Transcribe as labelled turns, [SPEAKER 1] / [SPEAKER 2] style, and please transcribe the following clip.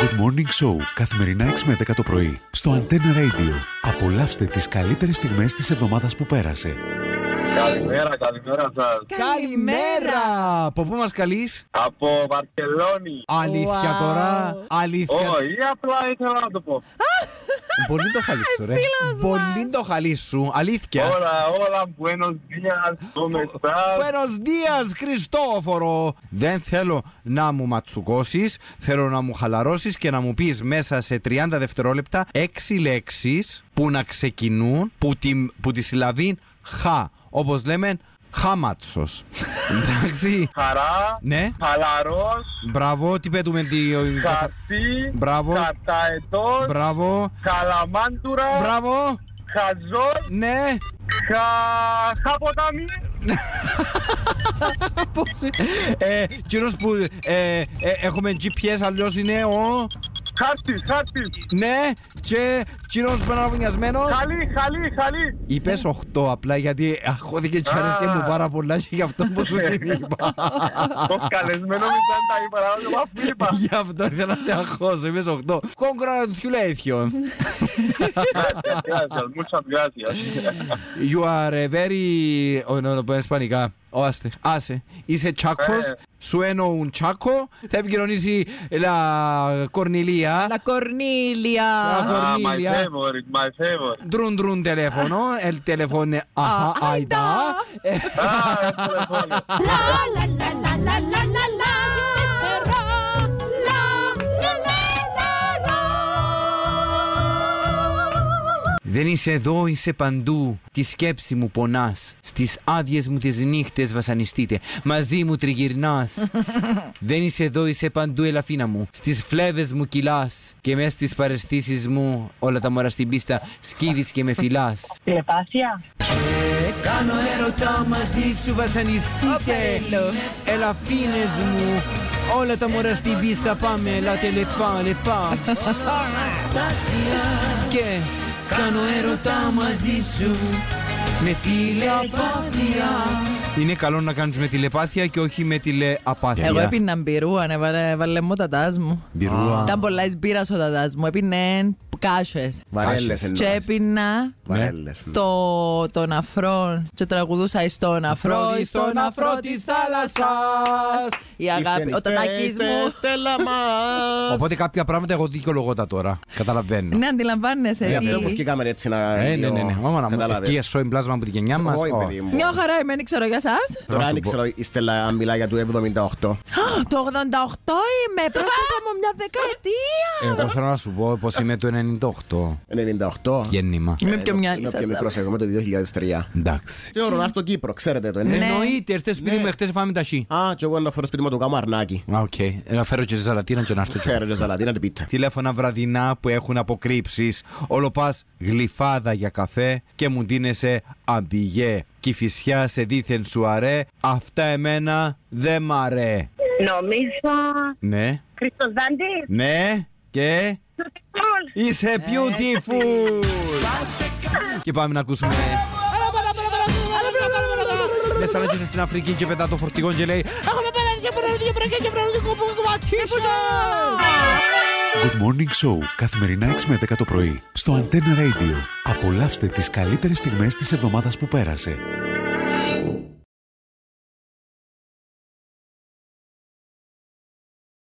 [SPEAKER 1] Good Morning Show καθημερινά 6 με 10 το πρωί στο Antenna Radio. Απολαύστε τις καλύτερες στιγμές της εβδομάδας που πέρασε.
[SPEAKER 2] Καλημέρα, καλημέρα σας.
[SPEAKER 3] Καλημέρα! Από πού μας καλείς,
[SPEAKER 2] Από Βαρκελόνη.
[SPEAKER 3] Αλήθεια
[SPEAKER 4] Wow.
[SPEAKER 3] τώρα. Αλήθεια.
[SPEAKER 2] Όχι, απλά ήθελα να το πω.
[SPEAKER 3] Πολύ το χαλί σου, ρε.
[SPEAKER 4] φίλος
[SPEAKER 3] Πολύ
[SPEAKER 4] μας.
[SPEAKER 3] το χαλί σου. Αλήθεια.
[SPEAKER 2] Hola, hola, buenos días, ¿cómo estás?
[SPEAKER 3] Buenos dias, Χριστόφορο! Δεν θέλω να μου ματσουκώσεις, θέλω να μου χαλαρώσεις και να μου πεις μέσα σε 30 δευτερόλεπτα έξι λέξεις που να ξεκινούν που τη, που τη συλλαβή χ. Όπως λέμε, χάματσος. Εντάξει.
[SPEAKER 2] Χαρά,
[SPEAKER 3] Ναι.
[SPEAKER 2] χαλαρός,
[SPEAKER 3] Μπράβο, τι πέτουμε. Τι...
[SPEAKER 2] χαρτί,
[SPEAKER 3] Μπράβο.
[SPEAKER 2] καταετός,
[SPEAKER 3] Μπράβο.
[SPEAKER 2] καλαμάντουρα,
[SPEAKER 3] Μπράβο.
[SPEAKER 2] χαζός,
[SPEAKER 3] Ναι.
[SPEAKER 2] χα- χαποταμί.
[SPEAKER 3] Πώς είναι. Ε, κύριος που ε, ε, έχουμε GPS αλλιώς είναι ο...
[SPEAKER 2] Χάρτης, χάρτης,
[SPEAKER 3] Ναι. Και κύριος παραβουνιασμένος.
[SPEAKER 2] χαλί, χαλί, χαλί.
[SPEAKER 3] Είπες 8 απλά γιατί αχώθηκε και αρέσκε μου πάρα πολλά και γι' αυτό που σου την είπα.
[SPEAKER 2] Το καλεσμένο μου ήταν τα υπεράγωγα που είπα.
[SPEAKER 3] Γι' αυτό ήθελα να σε αγχώσω. Είπες 8. Congratulations.
[SPEAKER 2] Gracias, gracias, muchas gracias.
[SPEAKER 3] You are a very... Όχι, να το πω ισπανικά. Άσε, άσε. Είσαι τσάκος.
[SPEAKER 2] Ε.
[SPEAKER 3] Σου εννοούν τσάκο. Θα επικοινωνήσει la Κορνιλία.
[SPEAKER 4] La Cornelia.
[SPEAKER 3] Bravo.
[SPEAKER 2] Ah, my
[SPEAKER 3] Cornelia.
[SPEAKER 2] favorite, my favorite.
[SPEAKER 3] Drun drun teléfono, el teléfono ajá,
[SPEAKER 4] Ah,
[SPEAKER 3] ahí da.
[SPEAKER 2] Ah, el teléfono.
[SPEAKER 5] La la la la la la la Siempre perro La Συνέδερα
[SPEAKER 3] Δεν είσαι εδώ, είσαι παντού. Τη σκέψη μου πονάς. Στις άδειες μου τις νύχτες βασανιστείτε. Μαζί μου τριγυρνάς. Δεν είσαι εδώ, είσαι παντού, ελαφίνα μου. Στις φλέβες μου κυλάς. Και μέσα στις παρεστήσεις μου, όλα τα μωρά στην πίστα, σκύβεις και με φυλάς.
[SPEAKER 6] Τηλεπάθεια.
[SPEAKER 3] Κάνω έρωτα μαζί σου βασανιστείτε Ελαφίνες μου Όλα τα μωρά στην πίστα πάμε Λάτε λεπά λεπά Και κάνω έρωτα μαζί σου Με τηλεπάθεια Είναι καλό να κάνεις με τηλεπάθεια και όχι με τηλεαπάθεια
[SPEAKER 4] Εγώ έπινα μπυρού, ανέβαλε μου τα τάζ μου.
[SPEAKER 3] Μπυρούα
[SPEAKER 4] Ήταν πολλά μπύρα ο τατάς μου. Έπινε κάσες.
[SPEAKER 7] Βαρέλε
[SPEAKER 4] Και έπινα
[SPEAKER 7] Βαρέλες.
[SPEAKER 3] Ναι.
[SPEAKER 4] το, τον αφρό και τραγουδούσα εις τον αφρό, εις τον αφρό της θάλασσας. Η αγάπη, ο τατάκης μου.
[SPEAKER 7] Στέλλα μας.
[SPEAKER 3] Οπότε κάποια πράγματα εγώ δικαιολογώ τα τώρα Καταλαβαίνω
[SPEAKER 4] Ναι, αντιλαμβάνεσαι.
[SPEAKER 7] αυτό που
[SPEAKER 4] τι-
[SPEAKER 7] βγήκαμε έτσι να.
[SPEAKER 3] Ε, ναι, ναι, ναι. Μάμα να μου
[SPEAKER 7] Κατάλαβες.
[SPEAKER 3] ευκαιρία σόιν πλάσμα από τη γενιά μας.
[SPEAKER 7] Όχι, παιδί μου.
[SPEAKER 4] Μια χαρά, εμένα ξέρω για σας.
[SPEAKER 7] Τώρα
[SPEAKER 3] Να σου
[SPEAKER 7] αν
[SPEAKER 3] πω.
[SPEAKER 7] ήξερα η Στέλλα αν μιλά για του 78.
[SPEAKER 4] Α, Το 88 είμαι, πρόσθεσα μου μια δεκαετία.
[SPEAKER 3] Εγώ θέλω να σου πω πως είμαι του 98
[SPEAKER 7] 98.
[SPEAKER 3] γέννημα.
[SPEAKER 4] Είμαι πιο
[SPEAKER 7] Είμαι
[SPEAKER 4] μυαλής
[SPEAKER 7] πιο
[SPEAKER 4] σας.
[SPEAKER 7] μικρός εγώ είμαι το 2003.
[SPEAKER 3] Εντάξει.
[SPEAKER 7] Και ο Ρονάρτο Κύπρο, ξέρετε το. είναι.
[SPEAKER 4] Ναι.
[SPEAKER 3] Εννοείται, έρθε σπίτι μου, χτε φάμε τα σι.
[SPEAKER 7] Α, και εγώ να φέρω σπίτι μου το καμαρνάκι.
[SPEAKER 3] Α, οκ. Να φέρω και ζαλατίνα και να στο τσο.
[SPEAKER 7] Ξέρω και ζαλατή να την πείτε.
[SPEAKER 3] Τηλέφωνα βραδινά που έχουν αποκρύψεις. Όλο πας γλυφάδα για καφέ και μου τίνεσαι αμπιγέ. Κι η φυσιά σε δίθεν σου αρέ. Αυτά εμένα δεν μ' αρέ.
[SPEAKER 6] Νομίζω.
[SPEAKER 3] Ναι.
[SPEAKER 6] Χρήστο Δάντη.
[SPEAKER 3] Ναι. Και είσαι beautiful. και πάμε να ακούσουμε. Με σαν να είσαι στην Αφρική και πετά το φορτηγό και λέει
[SPEAKER 1] Good Morning Show καθημερινά 6 με 10 το πρωί στο Antenna Radio. Απολαύστε τις καλύτερες στιγμές της εβδομάδας που πέρασε.